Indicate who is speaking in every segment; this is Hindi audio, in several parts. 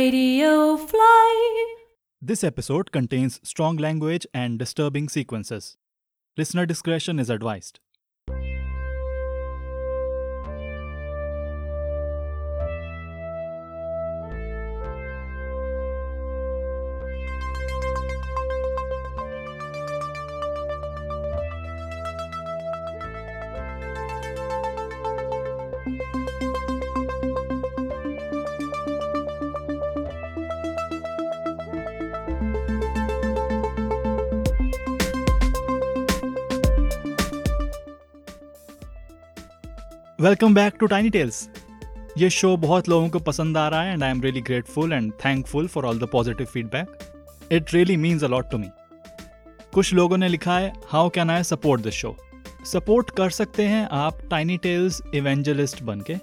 Speaker 1: Radio Fly.
Speaker 2: This episode contains strong language and disturbing sequences. Listener discretion is advised. Welcome back to Tiny Tales ये शो बहुत लोगों को पसंद आ रहा है and I am really grateful and thankful for all the positive feedback it really means a lot to me कुछ लोगों ने लिखा है how can I support this show support कर सकते हैं आप टाइनी टेल्स इवेंजलिस्ट बन के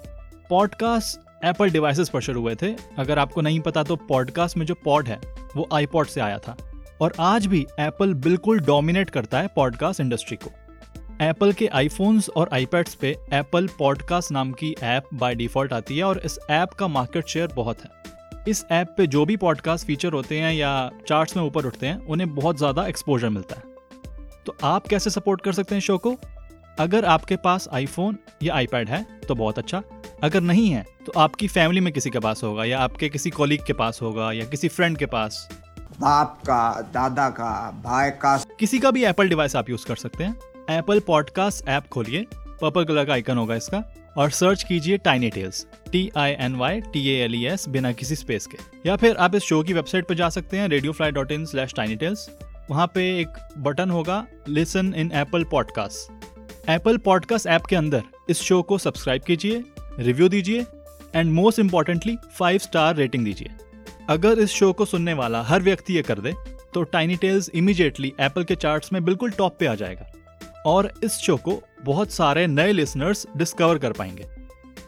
Speaker 2: पॉडकास्ट एप्पल डिवाइसेस पर शुरू हुए थे अगर आपको नहीं पता तो पॉडकास्ट में जो पॉड है वो आईपॉड से आया था और आज भी एप्पल बिल्कुल डोमिनेट करता है पॉडकास्ट इंडस्ट्री को एप्पल के आईफोन्स और आईपैड्स पे एप्पल पॉडकास्ट नाम की ऐप बाय डिफॉल्ट आती है और इस ऐप का मार्केट शेयर बहुत है इस ऐप पे जो भी पॉडकास्ट फीचर होते हैं या चार्ट्स में ऊपर उठते हैं उन्हें बहुत ज़्यादा एक्सपोजर मिलता है तो आप कैसे सपोर्ट कर सकते हैं शो को अगर आपके पास आईफोन या आईपैड है तो बहुत अच्छा अगर नहीं है तो आपकी फैमिली में किसी के पास होगा या आपके किसी कॉलीग के पास होगा या किसी फ्रेंड के पास
Speaker 3: बाप का दादा का भाई का
Speaker 2: किसी का भी एप्पल डिवाइस आप यूज कर सकते हैं एप्पल पॉडकास्ट ऐप खोलिए पर्पल कलर का आइकन होगा इसका और सर्च कीजिए Tiny Tales T I N Y T A L E S E बिना किसी स्पेस के या फिर आप इस शो की वेबसाइट पर जा सकते हैं radio fly dot in slash tiny tales वहाँ पे एक बटन होगा listen in Apple podcast Apple podcast app के अंदर इस शो को सब्सक्राइब कीजिए रिव्यू दीजिए and most importantly five star rating दीजिए अगर इस शो को सुनने वाला हर व्यक्ति ये कर दे तो टाइनी टेल्स इमीडिएटली एप्पल के चार्ट्स में बिल्कुल टॉप पे आ जाएगा और इस शो को बहुत सारे नए लिसनर्स डिस्कवर कर पाएंगे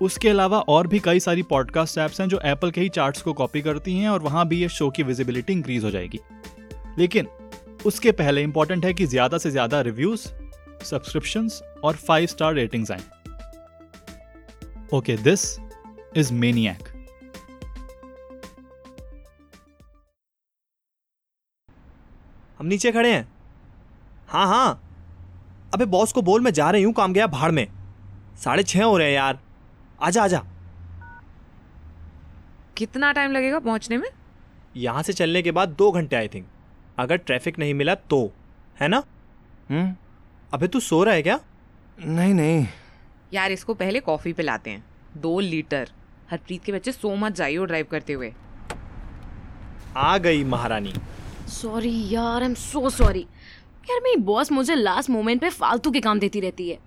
Speaker 2: उसके अलावा और भी कई सारी पॉडकास्ट ऐप्स हैं जो एप्पल के ही चार्ट्स को कॉपी करती हैं और वहाँ भी ये शो की विजिबिलिटी इंक्रीज हो जाएगी लेकिन उसके पहले इंपॉर्टेंट है कि ज़्यादा से ज़्यादा रिव्यूज़ सब्सक्रिप्शंस और फाइव स्टार रेटिंग्स आएँ ओके दिस इज मेनियक
Speaker 4: हम नीचे खड़े हैं हाँ हाँ अबे बॉस को बोल मैं जा रही हूँ काम गया भाड़ में साढ़े छः हो रहे हैं यार आजा आजा
Speaker 5: कितना टाइम लगेगा पहुंचने में
Speaker 4: यहाँ से चलने के बाद दो घंटे आई थिंक अगर ट्रैफिक नहीं मिला तो है ना
Speaker 6: हम्म,
Speaker 4: अबे तू सो रहा है क्या
Speaker 6: नहीं नहीं
Speaker 5: यार इसको पहले कॉफी पिलाते हैं दो लीटर हरप्रीत के बच्चे सो मत जाइयो ड्राइव करते हुए
Speaker 4: आ गई महारानी
Speaker 7: सॉरी यार आई एम सो सॉरी यार मेरी बॉस मुझे लास्ट मोमेंट पे फालतू के काम देती रहती है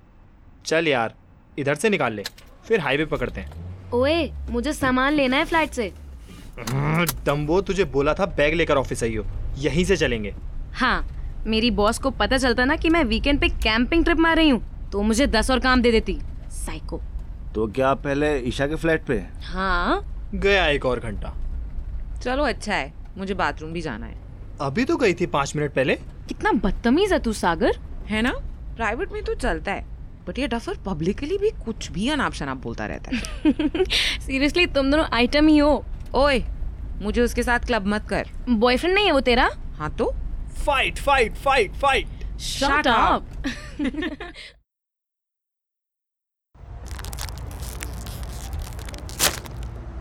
Speaker 4: चल यार इधर से निकाल ले फिर हाईवे पकड़ते हैं
Speaker 7: ओए मुझे सामान लेना है फ्लाइट से
Speaker 4: हम्म, डम्बो तुझे बोला था बैग लेकर ऑफिस आई हो यहीं से चलेंगे
Speaker 7: हाँ मेरी बॉस को पता चलता ना कि मैं वीकेंड पे कैंपिंग ट्रिप मार रही हूँ तो मुझे दस और काम दे देती साइको
Speaker 6: तो क्या आप पहले ईशा के फ्लैट पे हैं?
Speaker 7: हाँ
Speaker 4: गया एक और घंटा
Speaker 5: चलो अच्छा है मुझे बाथरूम भी जाना है
Speaker 4: अभी तो गई थी पाँच मिनट पहले
Speaker 7: कितना बदतमीज है तू सागर
Speaker 5: है ना प्राइवेट में तो चलता है बट ये डफर पब्लिकली भी कुछ भी अनाप शनाप बोलता रहता है
Speaker 7: सीरियसली तुम दोनों आइटम ही हो
Speaker 5: ओए मुझे उसके साथ क्लब मत कर
Speaker 7: बॉयफ्रेंड नहीं है वो तेरा
Speaker 5: हाँ तो
Speaker 4: fight fight fight fight
Speaker 5: Shut up.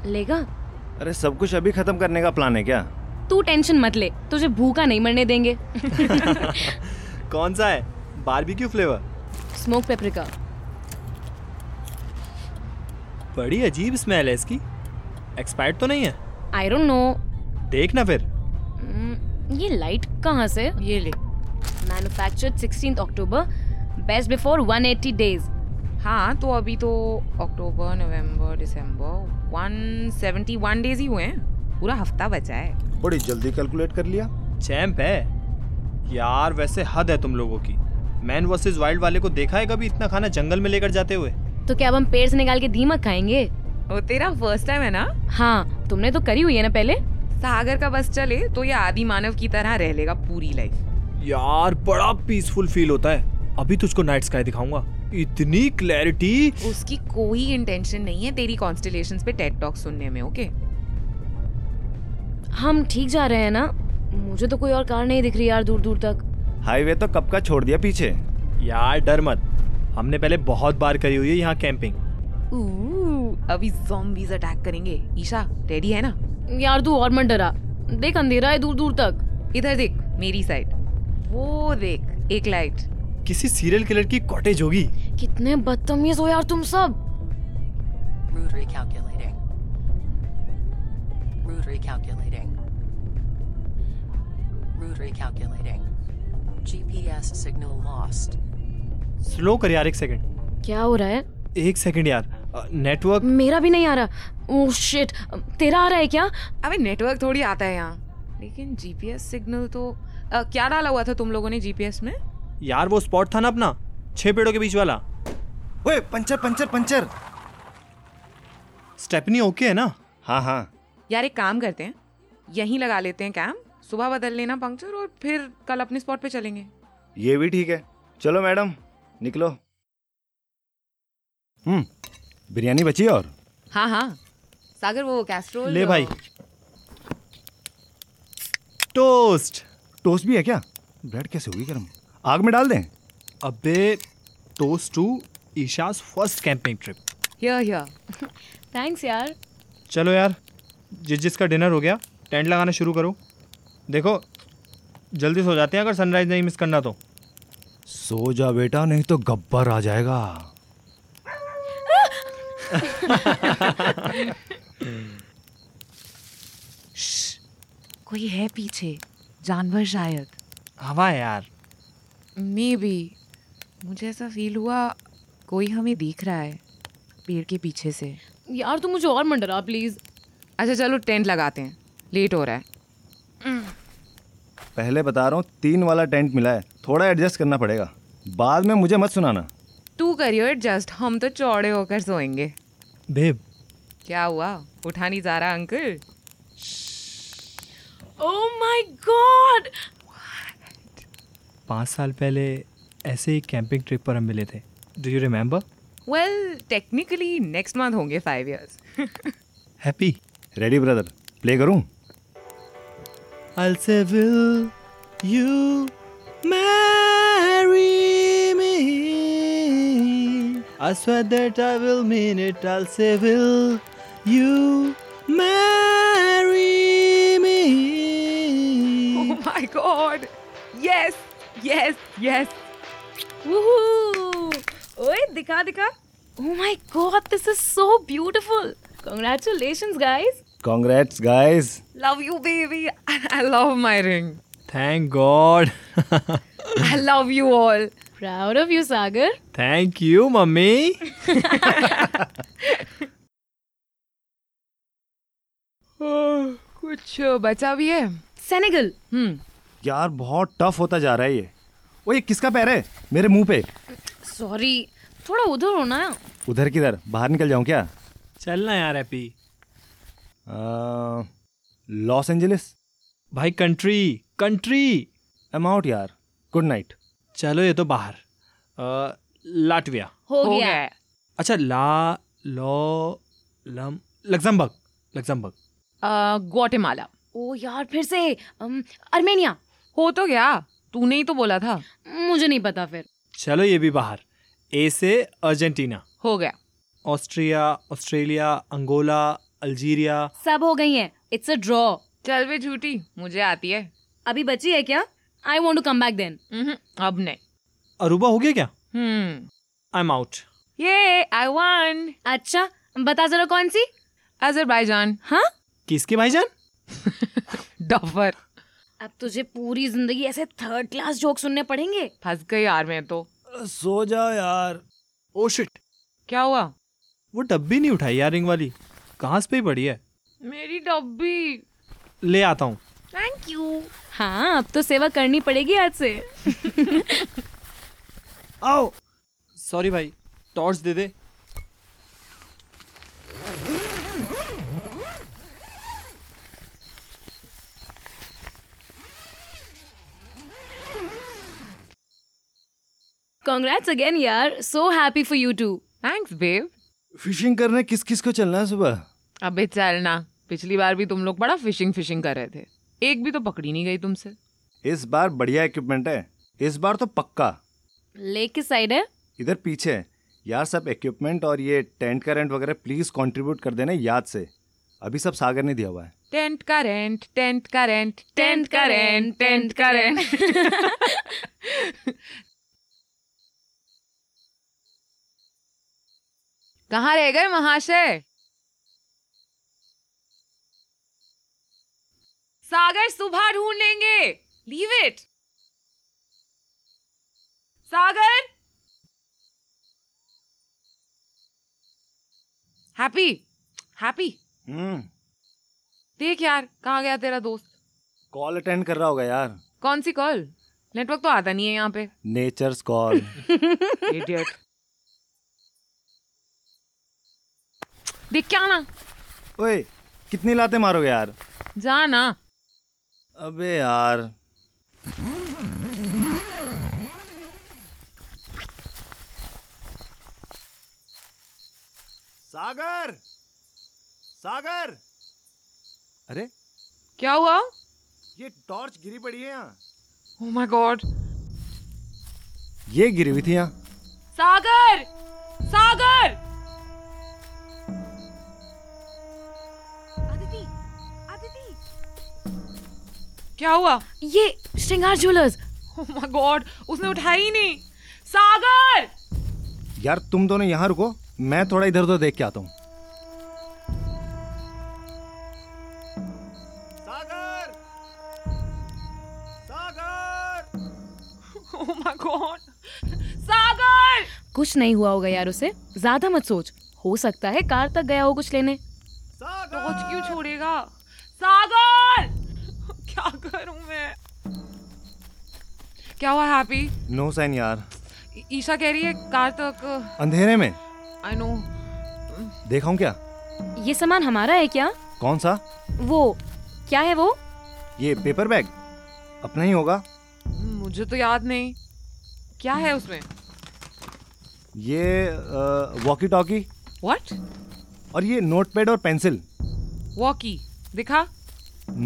Speaker 7: लेगा
Speaker 6: अरे सब कुछ अभी खत्म करने का प्लान है क्या
Speaker 7: तू टेंशन मत ले तुझे भूखा नहीं मरने देंगे
Speaker 4: कौन सा है बारबेक्यू फ्लेवर
Speaker 7: स्मोक पेपरिका
Speaker 4: बड़ी अजीब स्मेल है इसकी एक्सपायर्ड तो नहीं है
Speaker 7: आई डोंट नो
Speaker 4: देख ना फिर
Speaker 7: ये लाइट कहाँ से
Speaker 5: ये ले
Speaker 7: manufactured 16th October best before 180 days
Speaker 5: हाँ तो अभी तो अक्टूबर नवंबर दिसंबर 171 डेज ही हुए हैं पूरा हफ्ता बचा है
Speaker 6: बड़ी जल्दी कैलकुलेट कर लिया
Speaker 4: चैम्प है यार वैसे हद है तुम लोगों की मैन वर्सेस वाइल्ड वाले को देखा है कभी इतना खाना जंगल में लेकर जाते हुए
Speaker 7: तो क्या अब हम पेड़ से निकाल के धीमक खाएंगे
Speaker 5: वो तेरा फर्स्ट टाइम है ना
Speaker 7: हाँ तुमने तो करी हुई है ना पहले
Speaker 5: सागर का बस चले तो ये आदि मानव की तरह रह लेगा पूरी लाइफ
Speaker 4: यार बड़ा पीसफुल फील होता है अभी तुझको नाइट स्काई दिखाऊंगा इतनी क्लैरिटी
Speaker 5: उसकी कोई इंटेंशन नहीं है तेरी कॉन्स्टलेशन पे टेट टॉक सुनने में ओके
Speaker 7: हम ठीक जा रहे हैं ना मुझे तो कोई और कार नहीं दिख रही यार दूर दूर तक
Speaker 6: हाईवे तो कब का छोड़ दिया पीछे
Speaker 4: यार डर मत हमने पहले बहुत बार करी हुई है यहाँ कैंपिंग
Speaker 5: Ooh, अभी zombies अटैक करेंगे ईशा रेडी है ना
Speaker 7: यार तू और मत डरा देख अंधेरा है दूर दूर तक
Speaker 5: इधर देख मेरी साइड वो देख एक लाइट
Speaker 4: किसी सीरियल किलर की कॉटेज होगी
Speaker 7: कितने बदतमीज हो यार तुम सब
Speaker 1: Route recalculating. Route recalculating. Route recalculating. GPS signal lost.
Speaker 4: Slow कर यार एक सेकंड
Speaker 7: क्या हो रहा है
Speaker 4: एक सेकंड यार नेटवर्क
Speaker 7: मेरा भी नहीं आ रहा ओह शिट तेरा आ रहा है क्या
Speaker 5: अबे नेटवर्क थोड़ी आता है यहाँ लेकिन जीपीएस सिग्नल तो अ, क्या डाला हुआ था तुम लोगों ने जीपीएस में
Speaker 4: यार वो स्पॉट था ना अपना छह पेड़ों के बीच वाला
Speaker 6: ओए puncture puncture puncture
Speaker 4: stepney okay है ना
Speaker 6: हाँ हाँ
Speaker 5: यार एक काम करते हैं यहीं लगा लेते हैं कैम्प सुबह बदल लेना पंक्चर और फिर कल अपने स्पॉट पे चलेंगे
Speaker 6: ये भी ठीक है चलो मैडम निकलो हम्म बिरयानी बची है और
Speaker 5: हाँ हाँ सागर वो कैस्ट्रोल
Speaker 4: ले भाई टोस्ट
Speaker 6: टोस्ट भी है क्या ब्रेड कैसे हुई गर्म आग में डाल दें
Speaker 4: अबे toast to Isha's first camping trip
Speaker 5: here here
Speaker 7: thanks यार
Speaker 4: चलो यार जिस जिसका डिनर हो गया टेंट लगाना शुरू करो देखो जल्दी सो जाते हैं अगर सनराइज नहीं मिस करना तो
Speaker 6: सो जा बेटा नहीं तो गब्बर आ जाएगा
Speaker 5: कोई है पीछे जानवर शायद
Speaker 4: हवा है यार
Speaker 5: मे बी मुझे ऐसा फील हुआ कोई हमें देख रहा है पेड़ के पीछे से
Speaker 7: यार तू मुझे और मत डरा प्लीज
Speaker 5: अच्छा चलो टेंट लगाते हैं लेट हो रहा है
Speaker 6: पहले बता रहा हूँ तीन वाला टेंट मिला है थोड़ा एडजस्ट करना पड़ेगा बाद में मुझे मत सुनाना
Speaker 5: तू करियो एडजस्ट हम तो चौड़े होकर सोएंगे
Speaker 4: बेब
Speaker 5: क्या हुआ उठा नहीं जा रहा अंकल
Speaker 7: ओह माय गॉड
Speaker 4: पाँच साल पहले ऐसे ही कैंपिंग ट्रिप पर हम मिले थे do you remember
Speaker 5: well technically next month होंगे five years
Speaker 4: happy
Speaker 6: ready brother play करूँ
Speaker 4: I'll say, Will you marry me? I swear that I will mean it. I'll say, Will you marry me?
Speaker 5: oh my god yes yes yes
Speaker 7: ओए दिखा दिखा oh my God this is so beautiful congratulations guys
Speaker 6: congrats guys
Speaker 5: love you baby i love my ring
Speaker 4: Thank God.
Speaker 5: i love you all
Speaker 7: proud of you Sagar
Speaker 4: Thank you, mummy.
Speaker 7: Oh,
Speaker 5: कुछ बचा भी है
Speaker 7: सेनेगल
Speaker 5: हम्म
Speaker 6: यार बहुत टफ होता जा रहा है ये ओ ये किसका पैर है मेरे मुंह पे
Speaker 7: सॉरी थोड़ा उधर हो ना
Speaker 6: उधर किधर बाहर निकल जाऊँ क्या
Speaker 4: चलना यार हैप्पी
Speaker 6: अ, लॉस एंजलिस
Speaker 4: भाई कंट्री कंट्री
Speaker 6: एम आउट यार गुड नाइट
Speaker 4: चलो ये तो बाहर अ, लाटविया
Speaker 7: हो
Speaker 5: हो
Speaker 7: गया
Speaker 5: गया है।
Speaker 4: अच्छा ला लो लम लग्जमबर्ग लग्जमबर्ग
Speaker 5: अ, ग्वाटेमाला
Speaker 7: ओ यार फिर से um, अम, अर्मेनिया
Speaker 5: हो तो गया तूने ही तो बोला था
Speaker 7: मुझे नहीं पता फिर
Speaker 4: चलो ये भी बाहर ए से अर्जेंटीना
Speaker 5: हो गया
Speaker 4: ऑस्ट्रिया ऑस्ट्रेलिया अंगोला अल्जीरिया
Speaker 7: सब हो गई है इट्स अ ड्रॉ
Speaker 5: चल वे झूठी मुझे आती है
Speaker 7: अभी बची है क्या I want to come back then
Speaker 5: उहुं, अब नहीं
Speaker 4: अरूबा हो गया क्या
Speaker 5: हम्म
Speaker 4: आई एम आउट
Speaker 5: ये आई वन
Speaker 7: अच्छा बता जरा कौन सी
Speaker 5: अजरबैजान
Speaker 7: हाँ
Speaker 4: किसके भाईजान
Speaker 5: डफर
Speaker 7: अब तुझे पूरी जिंदगी ऐसे थर्ड क्लास जोक सुनने पड़ेंगे
Speaker 5: फंस गई यार मैं तो
Speaker 6: सो जाओ यार
Speaker 4: ओ शिट
Speaker 5: क्या हुआ
Speaker 4: Oh वो डब्बी नहीं उठाई यार रिंग वाली घास पे ही पड़ी है
Speaker 5: मेरी डब्बी
Speaker 4: ले आता हूँ
Speaker 5: थैंक यू
Speaker 7: हाँ अब तो सेवा करनी पड़ेगी आज से
Speaker 4: आओ सॉरी भाई टॉर्च दे दे
Speaker 7: कॉन्ग्रेट्स अगेन यार so happy for you too
Speaker 5: thanks babe
Speaker 6: fishing करने किस किस को चलना है सुबह
Speaker 5: अबे चलना पिछली बार भी तुम लोग बड़ा फिशिंग फिशिंग कर रहे थे एक भी तो पकड़ी नहीं गई तुमसे
Speaker 6: इस बार बढ़िया इक्विपमेंट है इस बार तो पक्का
Speaker 7: लेक किस साइड है
Speaker 6: इधर पीछे है। यार सब इक्विपमेंट और ये टेंट का रेंट वगैरह प्लीज़ कंट्रीब्यूट कर देना याद से अभी सब सागर ने दिया हुआ है
Speaker 5: टेंट का रेंट टेंट का रेंट टेंट का रेंट टेंट का रेंट कहाँ रह गए महाशय सागर सुबह ढूंढ लेंगे leave it Sagar happy happy
Speaker 6: हम्म
Speaker 5: देख यार कहाँ गया तेरा दोस्त
Speaker 6: कॉल अटेंड कर रहा होगा यार
Speaker 5: कौन सी कॉल नेटवर्क तो आता नहीं है यहाँ पे
Speaker 6: नेचर्स कॉल
Speaker 5: इडियट देख क्या ना
Speaker 6: ओए कितनी लाते मारोगे यार
Speaker 5: जा ना
Speaker 6: अबे यार सागर सागर अरे
Speaker 5: क्या हुआ Oh ओ
Speaker 6: ये टॉर्च गिरी पड़ी है यहाँ
Speaker 5: माय गॉड
Speaker 6: ये गिरी हुई थी यहाँ
Speaker 5: सागर सागर
Speaker 7: आदिति आदिति
Speaker 5: क्या हुआ
Speaker 7: ये Shringar jewellers
Speaker 5: oh my God उसने उठाई ही नहीं सागर
Speaker 6: यार तुम दोनों यहाँ रुको मैं थोड़ा इधर उधर देख के आता हूँ Sagar Sagar
Speaker 5: oh my God Oh Sagar
Speaker 7: कुछ नहीं हुआ होगा यार उसे ज्यादा मत सोच हो सकता है कार तक गया हो कुछ लेने
Speaker 5: टॉर्च क्यों छोड़ेगा सागर क्या करूं मैं क्या हुआ हैप्पी
Speaker 6: नो साइन यार
Speaker 5: ई- ईशा कह रही है कार तक
Speaker 6: अंधेरे में
Speaker 5: आई नो
Speaker 6: देखा हूँ क्या
Speaker 7: ये सामान हमारा है क्या
Speaker 6: कौन सा
Speaker 7: वो क्या है वो
Speaker 6: ये पेपर बैग अपना ही होगा
Speaker 5: मुझे तो याद नहीं क्या है उसमें
Speaker 6: ये वॉकी टॉकी
Speaker 5: व्हाट
Speaker 6: और ये नोटपैड और पेंसिल
Speaker 5: वॉकी दिखा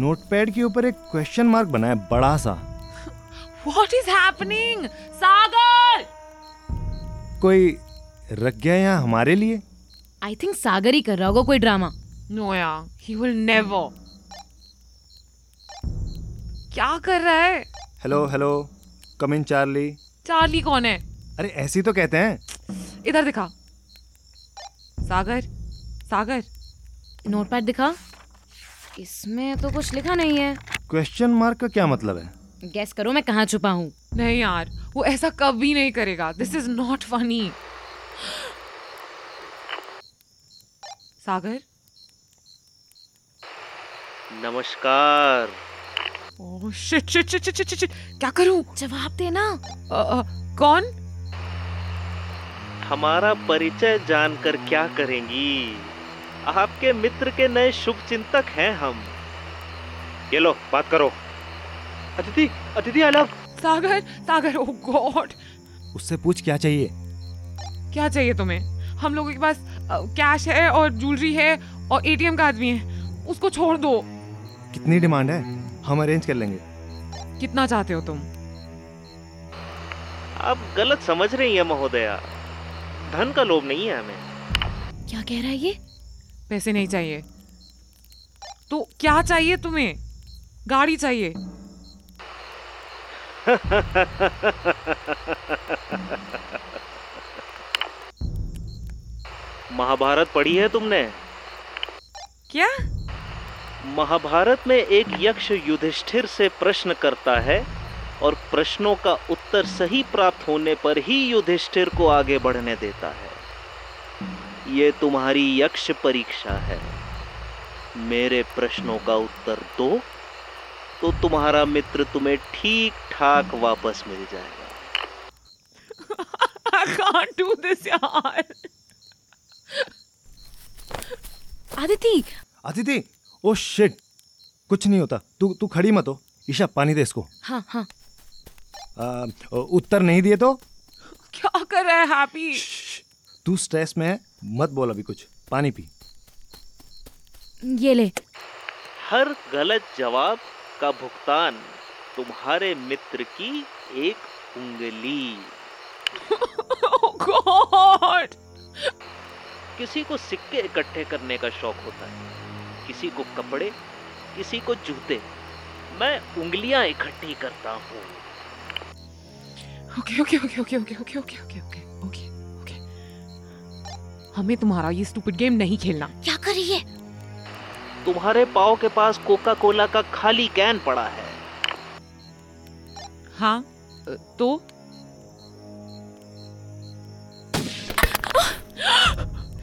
Speaker 6: नोटपैड के ऊपर एक क्वेश्चन मार्क बना है बड़ा सा
Speaker 5: व्हाट इज हैपनिंग सागर
Speaker 6: कोई रख गया यहाँ हमारे लिए
Speaker 7: आई थिंक सागर ही कर रहा होगा कोई ड्रामा
Speaker 5: नो यार ही विल नेवर क्या कर रहा है
Speaker 6: hello hello come in Charlie
Speaker 5: Charlie कौन है
Speaker 6: अरे ऐसे ही तो कहते हैं
Speaker 5: इधर दिखा सागर सागर
Speaker 7: नोटपैड दिखा इसमें तो कुछ लिखा नहीं है
Speaker 6: क्वेश्चन मार्क का क्या मतलब है
Speaker 7: गैस करो मैं कहाँ छुपा हूँ
Speaker 5: नहीं यार वो ऐसा कभी नहीं करेगा this is not funny Sagar
Speaker 8: नमस्कार
Speaker 5: oh shit shit shit shit shit shit क्या करूं
Speaker 7: जवाब देना
Speaker 5: अ, अ, कौन
Speaker 8: हमारा परिचय जानकर क्या करेंगी आपके मित्र के नए शुभ चिंतक हैं हम ये लो बात करो अतिथि अतिथि अलग
Speaker 5: Sagar Sagar oh oh God
Speaker 6: उससे पूछ क्या चाहिए
Speaker 5: क्या चाहिए तुम्हें हम लोगों के पास अ, कैश है और ज्वेलरी है और एटीएम का आदमी है उसको छोड़ दो
Speaker 6: कितनी डिमांड है हम अरेंज कर लेंगे
Speaker 5: कितना चाहते हो तुम
Speaker 8: आप गलत समझ रही हैं महोदया धन का लोभ नहीं है हमें
Speaker 7: क्या कह रहा है ये
Speaker 5: पैसे नहीं चाहिए तो क्या चाहिए तुम्हें गाड़ी चाहिए
Speaker 8: महाभारत पढ़ी है तुमने
Speaker 5: क्या
Speaker 8: महाभारत में एक यक्ष युधिष्ठिर से प्रश्न करता है और प्रश्नों का उत्तर सही प्राप्त होने पर ही युधिष्ठिर को आगे बढ़ने देता है ये तुम्हारी यक्ष परीक्षा है मेरे प्रश्नों का उत्तर दो तो तुम्हारा मित्र तुम्हें ठीक ठाक वापस मिल जाएगा
Speaker 5: I can't do this यार
Speaker 7: आदिति
Speaker 6: अतिथि ओ शिट कुछ नहीं होता तू तू खड़ी मत हो ईशा पानी दे इसको
Speaker 7: हाँ हाँ
Speaker 6: आ, उत्तर नहीं दिए तो
Speaker 5: क्या कर रहा है हैप्पी
Speaker 6: तू स्ट्रेस में है मत बोल अभी कुछ पानी पी
Speaker 7: ये ले
Speaker 8: हर गलत जवाब का भुगतान तुम्हारे मित्र की एक उंगली
Speaker 5: oh god
Speaker 8: किसी को सिक्के इकट्ठे करने का शौक होता है किसी को कपड़े किसी को जूते मैं उंगलियां इकट्ठी करता हूँ
Speaker 5: okay okay okay okay okay okay okay okay okay okay okay हमें तुम्हारा ये स्टूपिड गेम नहीं खेलना
Speaker 9: क्या करिए
Speaker 8: तुम्हारे पाव के पास कोका कोला का खाली कैन पड़ा है
Speaker 5: हाँ अ, तो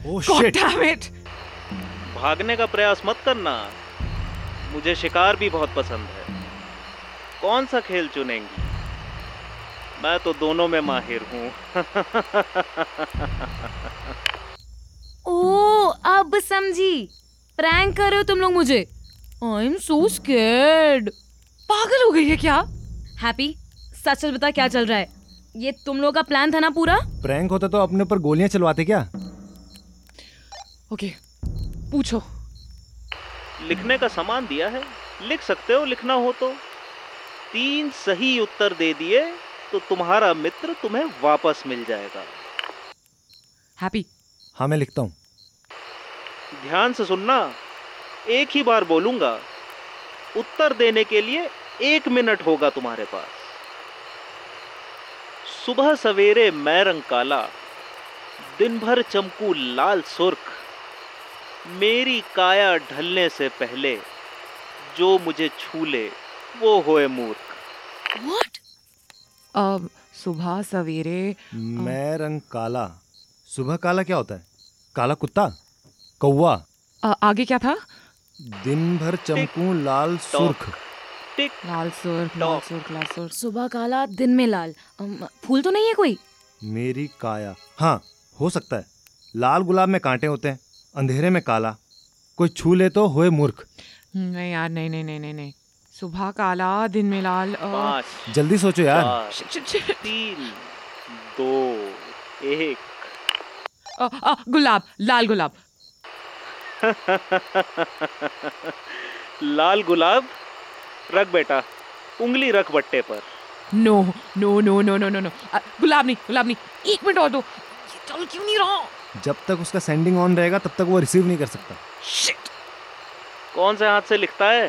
Speaker 2: oh
Speaker 5: god
Speaker 2: shit
Speaker 5: damn it
Speaker 8: भागने का प्रयास मत करना मुझे शिकार भी बहुत पसंद है कौन सा खेल चुनेंगी मैं तो दोनों में माहिर हूँ
Speaker 7: ओ अब समझी प्रैंक कर रहे हो तुम लोग मुझे आई एम सो स्केर्ड
Speaker 5: पागल हो गई है क्या
Speaker 7: हैप्पी सच सच बता क्या चल रहा है ये तुम लोगों का प्लान था ना पूरा
Speaker 6: प्रैंक होता तो अपने ऊपर गोलियां चलवाते क्या
Speaker 5: ओके पूछो
Speaker 8: लिखने का सामान दिया है लिख सकते हो लिखना हो तो तीन सही उत्तर दे दिए तो तुम्हारा मित्र तुम्हें वापस मिल जाएगा
Speaker 5: हैप्पी
Speaker 6: हाँ मैं लिखता हूँ
Speaker 8: ध्यान से सुनना एक ही बार बोलूंगा उत्तर देने के लिए एक मिनट होगा तुम्हारे पास सुबह सवेरे मैं रंग काला दिन भर चमकू लाल सुर्ख मेरी काया ढलने से पहले जो मुझे छू ले वो होए मूर्ख
Speaker 9: व्हाट
Speaker 5: अब सुबह सवेरे
Speaker 6: मैं रंग काला सुबह काला क्या होता है काला कुत्ता कौवा
Speaker 5: अ, आगे क्या था
Speaker 6: दिन भर चमकू लाल सुर्ख
Speaker 8: टिक
Speaker 5: लाल सुर्ख लाल
Speaker 8: Dog.
Speaker 5: सुर्ख लाल सुर्ख
Speaker 7: सुबह काला दिन में लाल अम, फूल तो नहीं है कोई
Speaker 6: मेरी काया हाँ हो सकता है लाल गुलाब में कांटे होते हैं अंधेरे में काला कोई छू ले तो होए मूर्ख
Speaker 5: हम्म, नहीं यार नहीं नहीं नहीं नहीं नहीं सुबह काला दिन में लाल अ,
Speaker 8: पाँच
Speaker 6: जल्दी सोचो यार
Speaker 8: चार
Speaker 5: shit, shit, shit.
Speaker 8: तीन दो एक
Speaker 5: अ, अ, गुलाब लाल गुलाब
Speaker 8: लाल गुलाब रख बेटा उंगली रख बट्टे पर
Speaker 5: no no no no no no no अ, गुलाब नहीं गुलाब नहीं एक मिनट और दो ये चल क्यों नहीं रहा
Speaker 6: जब तक उसका सेंडिंग ऑन रहेगा तब तक वो रिसीव नहीं कर सकता
Speaker 5: शिट
Speaker 8: कौन से हाथ से लिखता है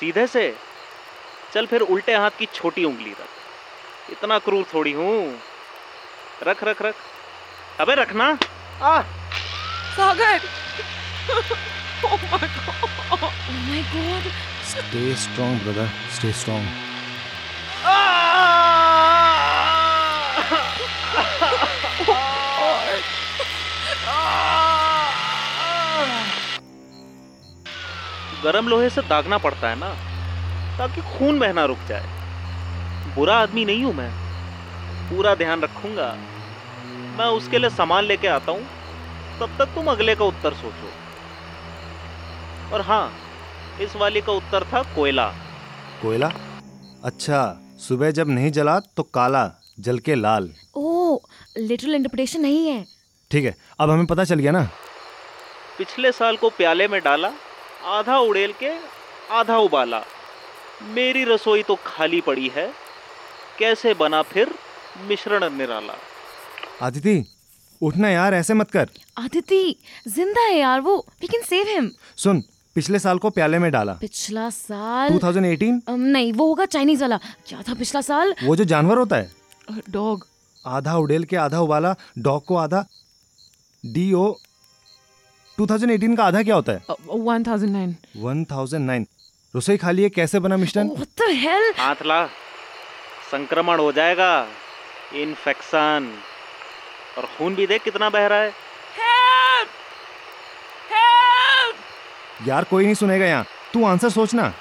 Speaker 8: सीधे से चल फिर उल्टे हाथ की छोटी उंगली रख इतना क्रूर थोड़ी हूँ रख रख रख अबे रखना आ
Speaker 5: Sagar oh my god
Speaker 7: my God
Speaker 6: stay strong brother stay strong
Speaker 8: गरम लोहे से दागना पड़ता है ना ताकि खून बहना रुक जाए बुरा आदमी नहीं हूं मैं पूरा ध्यान रखूंगा मैं उसके लिए सामान लेके आता हूँ तब तक तुम अगले का उत्तर सोचो और हाँ इस वाले का उत्तर था कोयला
Speaker 6: कोयला अच्छा सुबह जब नहीं जला तो काला जल के लाल
Speaker 7: ओ लिटरल इंटरप्रिटेशन नहीं है
Speaker 6: ठीक है अब हमें पता चल गया ना
Speaker 8: पिछले साल को प्याले में डाला आधा उड़ेल के आधा उबाला मेरी रसोई तो खाली पड़ी है कैसे बना फिर मिश्रण निराला
Speaker 6: आदिति उठना यार ऐसे मत कर
Speaker 7: आदिति जिंदा है यार वो वी कैन सेव हिम
Speaker 6: सुन पिछले साल को प्याले में डाला
Speaker 7: पिछला साल
Speaker 6: 2018
Speaker 7: अम, नहीं वो होगा चाइनीज वाला क्या था पिछला साल
Speaker 6: वो जो जानवर होता है
Speaker 5: डॉग
Speaker 6: आधा उड़ेल के आधा उबाला डॉग को आधा डी ओ 2018 का आधा क्या होता
Speaker 5: Uh,
Speaker 6: है
Speaker 5: 1009
Speaker 6: 1009 रसोई खाली है कैसे बना मिश्रण
Speaker 7: व्हाट द हेल
Speaker 8: हाथ ला संक्रमण हो जाएगा इन्फेक्शन और खून भी देख कितना बह रहा है
Speaker 6: यार कोई नहीं सुनेगा यहाँ तू आंसर सोचना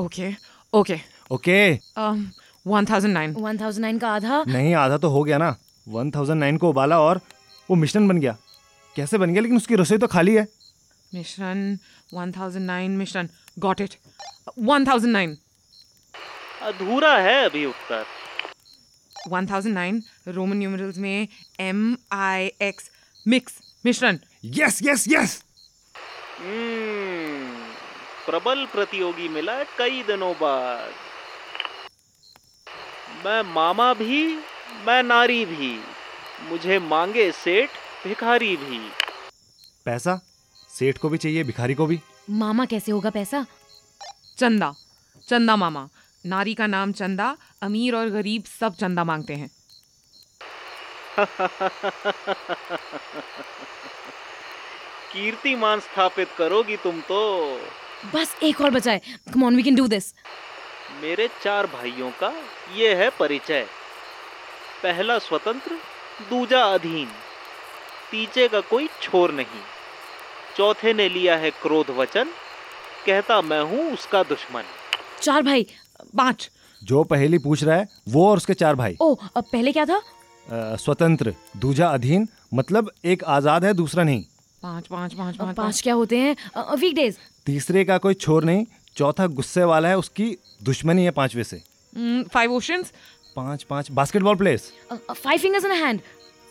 Speaker 5: ओके ओके
Speaker 6: ओके
Speaker 5: um 1009
Speaker 7: 1009 का आधा
Speaker 6: नहीं आधा तो हो गया ना 1009 को उबाला और वो मिश्रण बन गया कैसे बन गया लेकिन उसकी रसोई तो खाली है
Speaker 5: मिश्रण 1009 मिश्रण गॉट इट 1009
Speaker 8: अधूरा है अभी उत्तर
Speaker 5: 1009 रोमन न्यूमरल्स में एम आई एक्स मिक्स मिश्रण
Speaker 6: यस यस यस
Speaker 8: हम्म, प्रबल प्रतियोगी मिला कई दिनों बाद मैं मामा भी मैं नारी भी मुझे मांगे सेठ भिखारी भी
Speaker 6: पैसा सेठ को भी चाहिए भिखारी को भी
Speaker 7: मामा कैसे होगा पैसा
Speaker 5: चंदा चंदा मामा नारी का नाम चंदा अमीर और गरीब सब चंदा मांगते हैं
Speaker 8: कीर्तिमान स्थापित करोगी तुम तो
Speaker 7: बस एक और बचा है come on we can do this
Speaker 8: मेरे चार भाइयों का ये है परिचय पहला स्वतंत्र दूजा अधीन तीजे का कोई छोर नहीं चौथे ने लिया है क्रोध वचन कहता मैं हूँ उसका दुश्मन
Speaker 7: चार भाई
Speaker 5: पाँच
Speaker 6: जो पहेली पूछ रहा है वो और उसके चार भाई
Speaker 7: ओ अब पहले क्या था
Speaker 6: अ, स्वतंत्र दूजा अधीन मतलब एक आज़ाद है दूसरा नहीं
Speaker 5: पाँच पाँच पाँच
Speaker 7: अब
Speaker 5: पाँच
Speaker 7: पांच क्या होते हैं वीक डेज
Speaker 6: तीसरे का कोई छोर नहीं चौथा गुस्से वाला है उसकी दुश्मनी है पांचवे से
Speaker 5: पाँच फाइव ओशंस
Speaker 6: पांच पांच basketball players
Speaker 7: five fingers in hand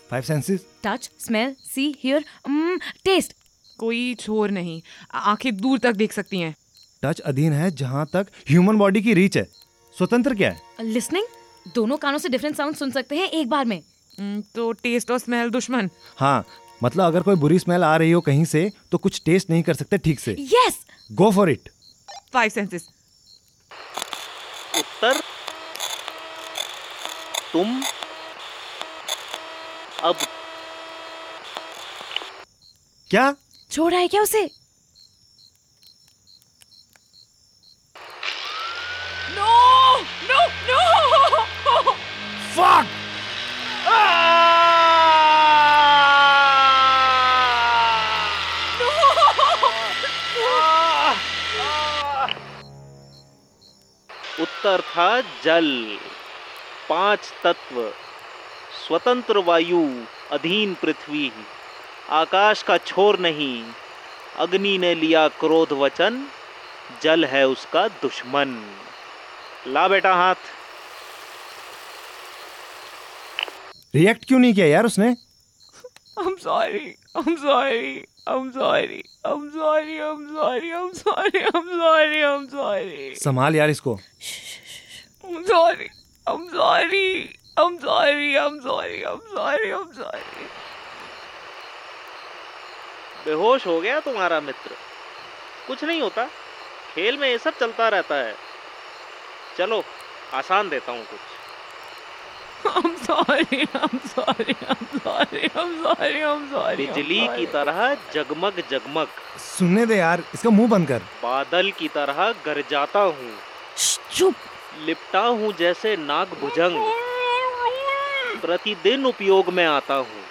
Speaker 6: five senses
Speaker 7: touch smell see hear taste
Speaker 5: कोई छोर नहीं आंखें दूर तक देख सकती हैं
Speaker 6: टच अधीन है जहां तक ह्यूमन बॉडी की रीच है स्वतंत्र क्या है
Speaker 7: लिसनिंग दोनों कानों से डिफरेंट साउंड सुन सकते हैं एक बार में
Speaker 5: हम्म, तो टेस्ट और स्मेल दुश्मन
Speaker 6: हाँ मतलब अगर कोई बुरी स्मेल आ रही हो कहीं से तो कुछ टेस्ट नहीं कर सकते ठीक से
Speaker 7: yes
Speaker 6: go for it
Speaker 5: five senses
Speaker 8: उत्तर तुम अब
Speaker 6: क्या
Speaker 7: छोड़ा है क्या उसे
Speaker 5: नो नो नो
Speaker 8: उत्तर था जल पांच तत्व स्वतंत्र वायु अधीन पृथ्वी आकाश का छोर नहीं अग्नि ने लिया क्रोध वचन जल है उसका दुश्मन ला बेटा हाथ
Speaker 6: रिएक्ट क्यों नहीं किया यार उसने
Speaker 5: I'm sorry. I'm sorry. I'm sorry. I'm sorry. I'm sorry. I'm sorry. I'm sorry. I'm sorry.
Speaker 6: संभाल यार इसको
Speaker 5: I'm sorry. I'm sorry. I'm sorry. I'm sorry. I'm sorry. I'm sorry.
Speaker 8: बेहोश हो गया तुम्हारा मित्र कुछ नहीं होता खेल में ये सब चलता रहता है चलो आसान देता हूँ कुछ
Speaker 5: I'm sorry. I'm sorry. I'm sorry. I'm sorry. I'm sorry.
Speaker 8: बिजली की तरह जगमग जगमग
Speaker 6: सुनने दे यार इसका मुंह बंद कर
Speaker 8: बादल की तरह गरजाता हूँ
Speaker 7: श्श, चुप
Speaker 8: लिपटा हूँ जैसे नाग भुजंग प्रतिदिन उपयोग में आता हूँ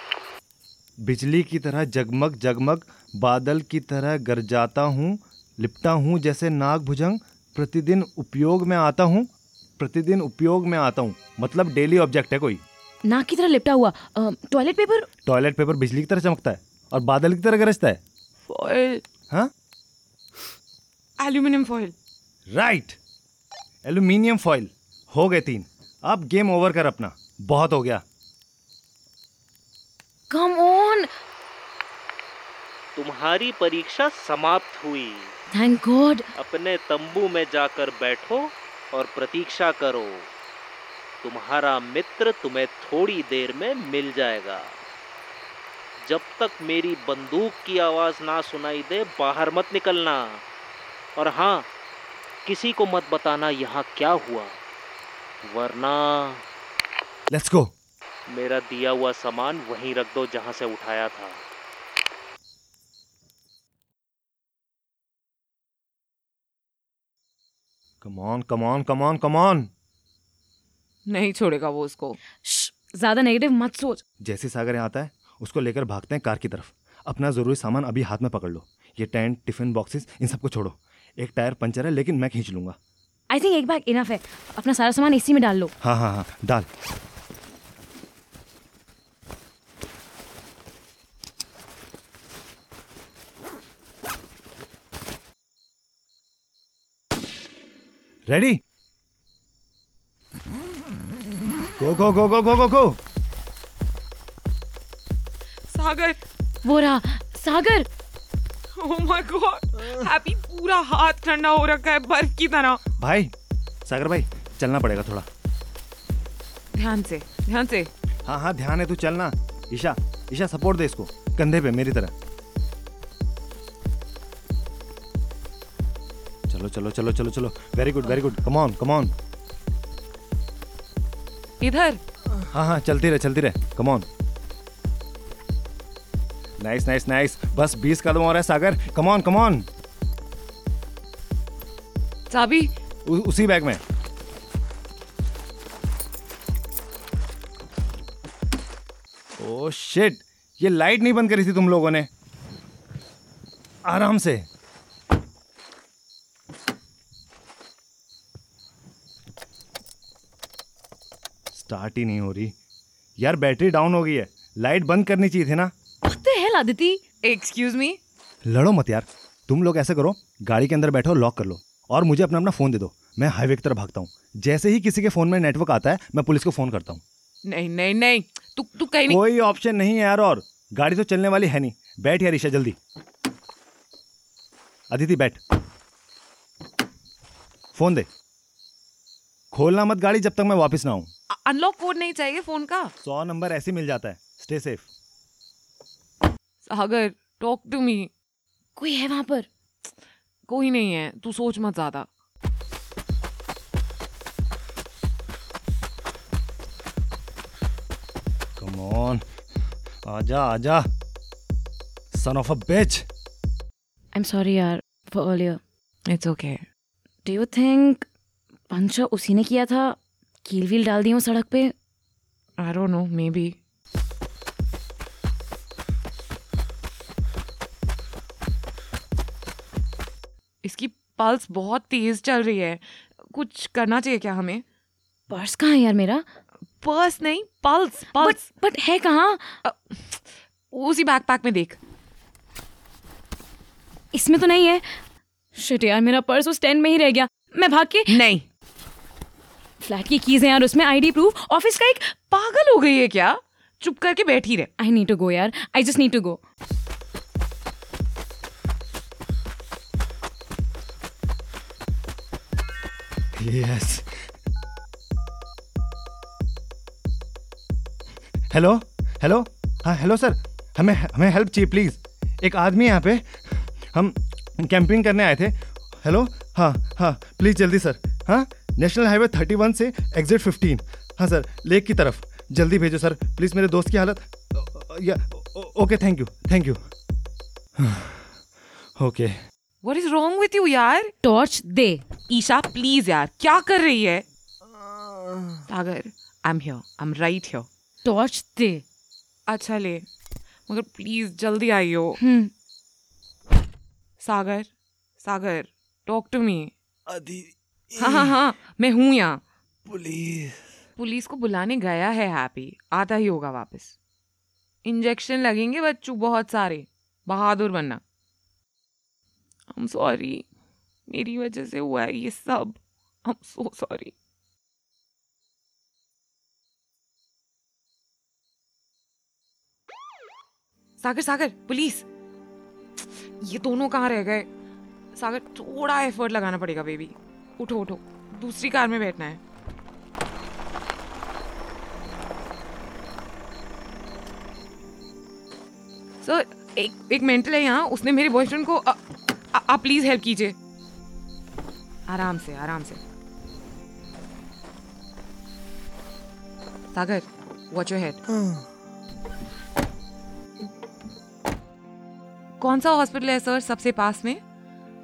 Speaker 6: बिजली की तरह जगमग जगमग बादल की तरह गरजाता हूँ लिपटा हूँ जैसे नाग भुजंग प्रतिदिन उपयोग में आता हूँ प्रतिदिन उपयोग में आता हूँ मतलब डेली ऑब्जेक्ट है कोई
Speaker 7: नाक की तरह लिपटा हुआ टॉयलेट पेपर
Speaker 6: टॉयलेट पेपर बिजली की तरह चमकता है और बादल की तरह गरजता है
Speaker 5: Foil.
Speaker 6: हाँ
Speaker 5: Aluminium foil.
Speaker 6: Right aluminium foil हो गए तीन अब गेम ओवर कर अपना बहुत हो गया
Speaker 7: कम ऑन
Speaker 8: तुम्हारी परीक्षा समाप्त हुई
Speaker 7: थैंक गॉड
Speaker 8: अपने तंबू में जाकर बैठो और प्रतीक्षा करो तुम्हारा मित्र तुम्हें थोड़ी देर में मिल जाएगा जब तक मेरी बंदूक की आवाज ना सुनाई दे बाहर मत निकलना और हाँ किसी को मत बताना यहाँ क्या हुआ वरना
Speaker 6: लेट्स गो
Speaker 8: मेरा दिया हुआ सामान वहीं रख दो जहाँ से उठाया था
Speaker 6: come on come on come on come on
Speaker 5: नहीं छोड़ेगा वो उसको
Speaker 7: ज्यादा नेगेटिव मत सोच
Speaker 6: जैसे सागर यहाँ आता है उसको लेकर भागते हैं कार की तरफ अपना ज़रूरी सामान अभी हाथ में पकड़ लो ये टेंट टिफिन बॉक्सेस इन सबको छोड़ो एक टायर पंचर है लेकिन मैं खींच लूँगा
Speaker 7: आई थिंक एक बैग इनफ है अपना सारा सामान इसी में डाल लो
Speaker 6: हाँ हाँ हाँ डाल रेडी गो गो गो गो गो गो गो
Speaker 5: सागर
Speaker 7: वो रहा Sagar
Speaker 5: oh my God Happy पूरा हाथ ठंडा हो रखा है बर्फ की तरह
Speaker 6: भाई सागर भाई चलना पड़ेगा थोड़ा
Speaker 5: ध्यान से ध्यान से
Speaker 6: हाँ हाँ ध्यान है तू चलना ईशा ईशा सपोर्ट दे इसको कंधे पे मेरी तरह चलो चलो चलो चलो चलो very good very good come on come on
Speaker 5: इधर
Speaker 6: हाँ हाँ चलती रहे चलती रहे come on nice nice nice बस बीस कदम और है Sagar come on come on
Speaker 5: चाबी
Speaker 6: उ- उसी बैग में ओ शिट ये लाइट नहीं बंद करी थी तुम लोगों ने आराम से स्टार्ट ही नहीं हो रही यार बैटरी डाउन हो गई है लाइट बंद करनी चाहिए थी ना
Speaker 7: what the hell Aditi
Speaker 5: excuse me
Speaker 6: लड़ो मत यार तुम लोग ऐसा करो गाड़ी के अंदर बैठो लॉक कर लो और मुझे अपना अपना फ़ोन दे दो मैं हाईवे की तरफ भागता हूँ जैसे ही किसी के फ़ोन में नेटवर्क आता है मैं पुलिस को फ़ोन करता हूँ
Speaker 5: नहीं नहीं नहीं तू तू कहीं नहीं
Speaker 6: कोई ऑप्शन नहीं है यार और गाड़ी तो चलने वाली है नहीं बैठ यार ईशा जल्दी अदिति बैठ फ़ोन दे खोलना मत गाड़ी जब तक मैं वापस ना आऊँ
Speaker 5: अनलॉक कोड नहीं चाहिए फोन का
Speaker 6: सौ नंबर ऐसे ही मिल जाता है stay safe
Speaker 5: Sagar talk to me
Speaker 7: कोई है वहां पर
Speaker 5: कोई नहीं है तू सोच मत ज्यादा
Speaker 6: कम ऑन आजा आजा सन of a bitch
Speaker 7: I am sorry यार for earlier
Speaker 5: it's okay
Speaker 7: do you think puncture उसी ने किया था कील वील डाल दी हूँ सड़क पे
Speaker 5: I don't know maybe इसकी पल्स बहुत तेज चल रही है कुछ करना चाहिए क्या हमें
Speaker 7: पर्स कहाँ है यार मेरा
Speaker 5: पर्स नहीं पल्स
Speaker 7: बट
Speaker 5: पल्स
Speaker 7: बट है कहाँ
Speaker 5: उसी बैकपैक में देख
Speaker 7: इसमें तो नहीं है शिट यार मेरा पर्स उस टेंट में ही रह गया मैं भाग के
Speaker 5: नहीं
Speaker 7: फ्लैट की कीज है यार उसमें आईडी प्रूफ ऑफिस का एक
Speaker 5: पागल हो गई है क्या चुप करके बैठी रहे
Speaker 7: आई नीड टू गो यार I just need to go
Speaker 6: yes hello hello हाँ हेलो सर हमें हमें हेल्प चाहिए प्लीज़ एक आदमी है यहाँ पे हम कैंपिंग करने आए थे हेलो हाँ हाँ प्लीज़ जल्दी सर हाँ नेशनल हाईवे थर्टी वन से एग्जिट फिफ्टीन हाँ सर लेक की तरफ जल्दी भेजो सर प्लीज़ मेरे दोस्त की हालत अ, अ, या ओ- ओ- okay thank you thank you okay
Speaker 5: what is wrong with you यार
Speaker 7: टॉर्च दे
Speaker 5: ईशा प्लीज यार क्या कर रही है Sagar I am here I am right here
Speaker 7: torch दे
Speaker 5: अच्छा ले मगर प्लीज जल्दी आइयो
Speaker 7: हम्म
Speaker 5: सागर सागर टॉक टू मी
Speaker 4: अधि
Speaker 5: हाँ हाँ हाँ मैं हूँ यहाँ
Speaker 4: पुलिस
Speaker 5: पुलिस को बुलाने गया है हैप्पी आता ही होगा वापस इंजेक्शन लगेंगे बच्चू बहुत सारे बहादुर बनना आई एम सॉरी मेरी वजह से हुआ है ये सब I am so sorry Sagar Sagar police ये दोनों कहाँ रह गए सागर थोड़ा एफर्ट लगाना पड़ेगा बेबी उठो उठो दूसरी कार में बैठना है सर एक एक मेंटल है यहाँ उसने मेरे बॉयफ्रेंड को आ- आ- आप प्लीज हेल्प कीजिए आराम से आराम से सागर वॉच योर हेड कौन सा हॉस्पिटल है सर सबसे पास में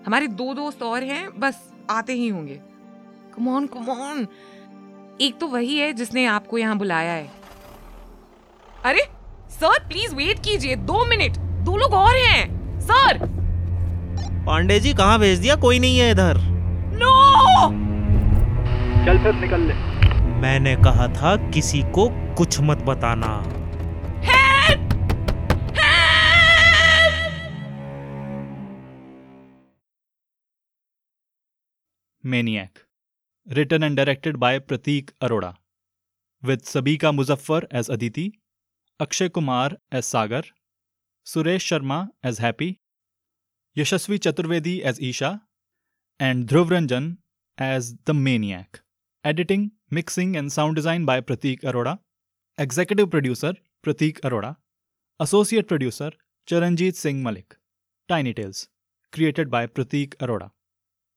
Speaker 5: हमारे दो दोस्त और हैं बस आते ही होंगे कम ऑन कम ऑन एक तो वही है जिसने आपको यहाँ बुलाया है अरे सर प्लीज वेट कीजिए दो मिनट दो लोग और हैं सर
Speaker 8: पांडे जी कहाँ भेज दिया कोई नहीं है इधर
Speaker 5: नो
Speaker 9: मैंने कहा था किसी को कुछ मत बताना
Speaker 2: maniac written and directed by pratik arora with Sabika Muzaffar as Aditi, Akshay Kumar as Sagar, Suresh Sharma as Happy, Yashasvi Chaturvedi as Isha, and Dhruv Ranjan as The Maniac. Editing, mixing, and sound design by Pratik Arora. Executive producer Pratik Arora. Associate producer Charanjit Singh Malik. Tiny Tales. Created by Pratik Arora.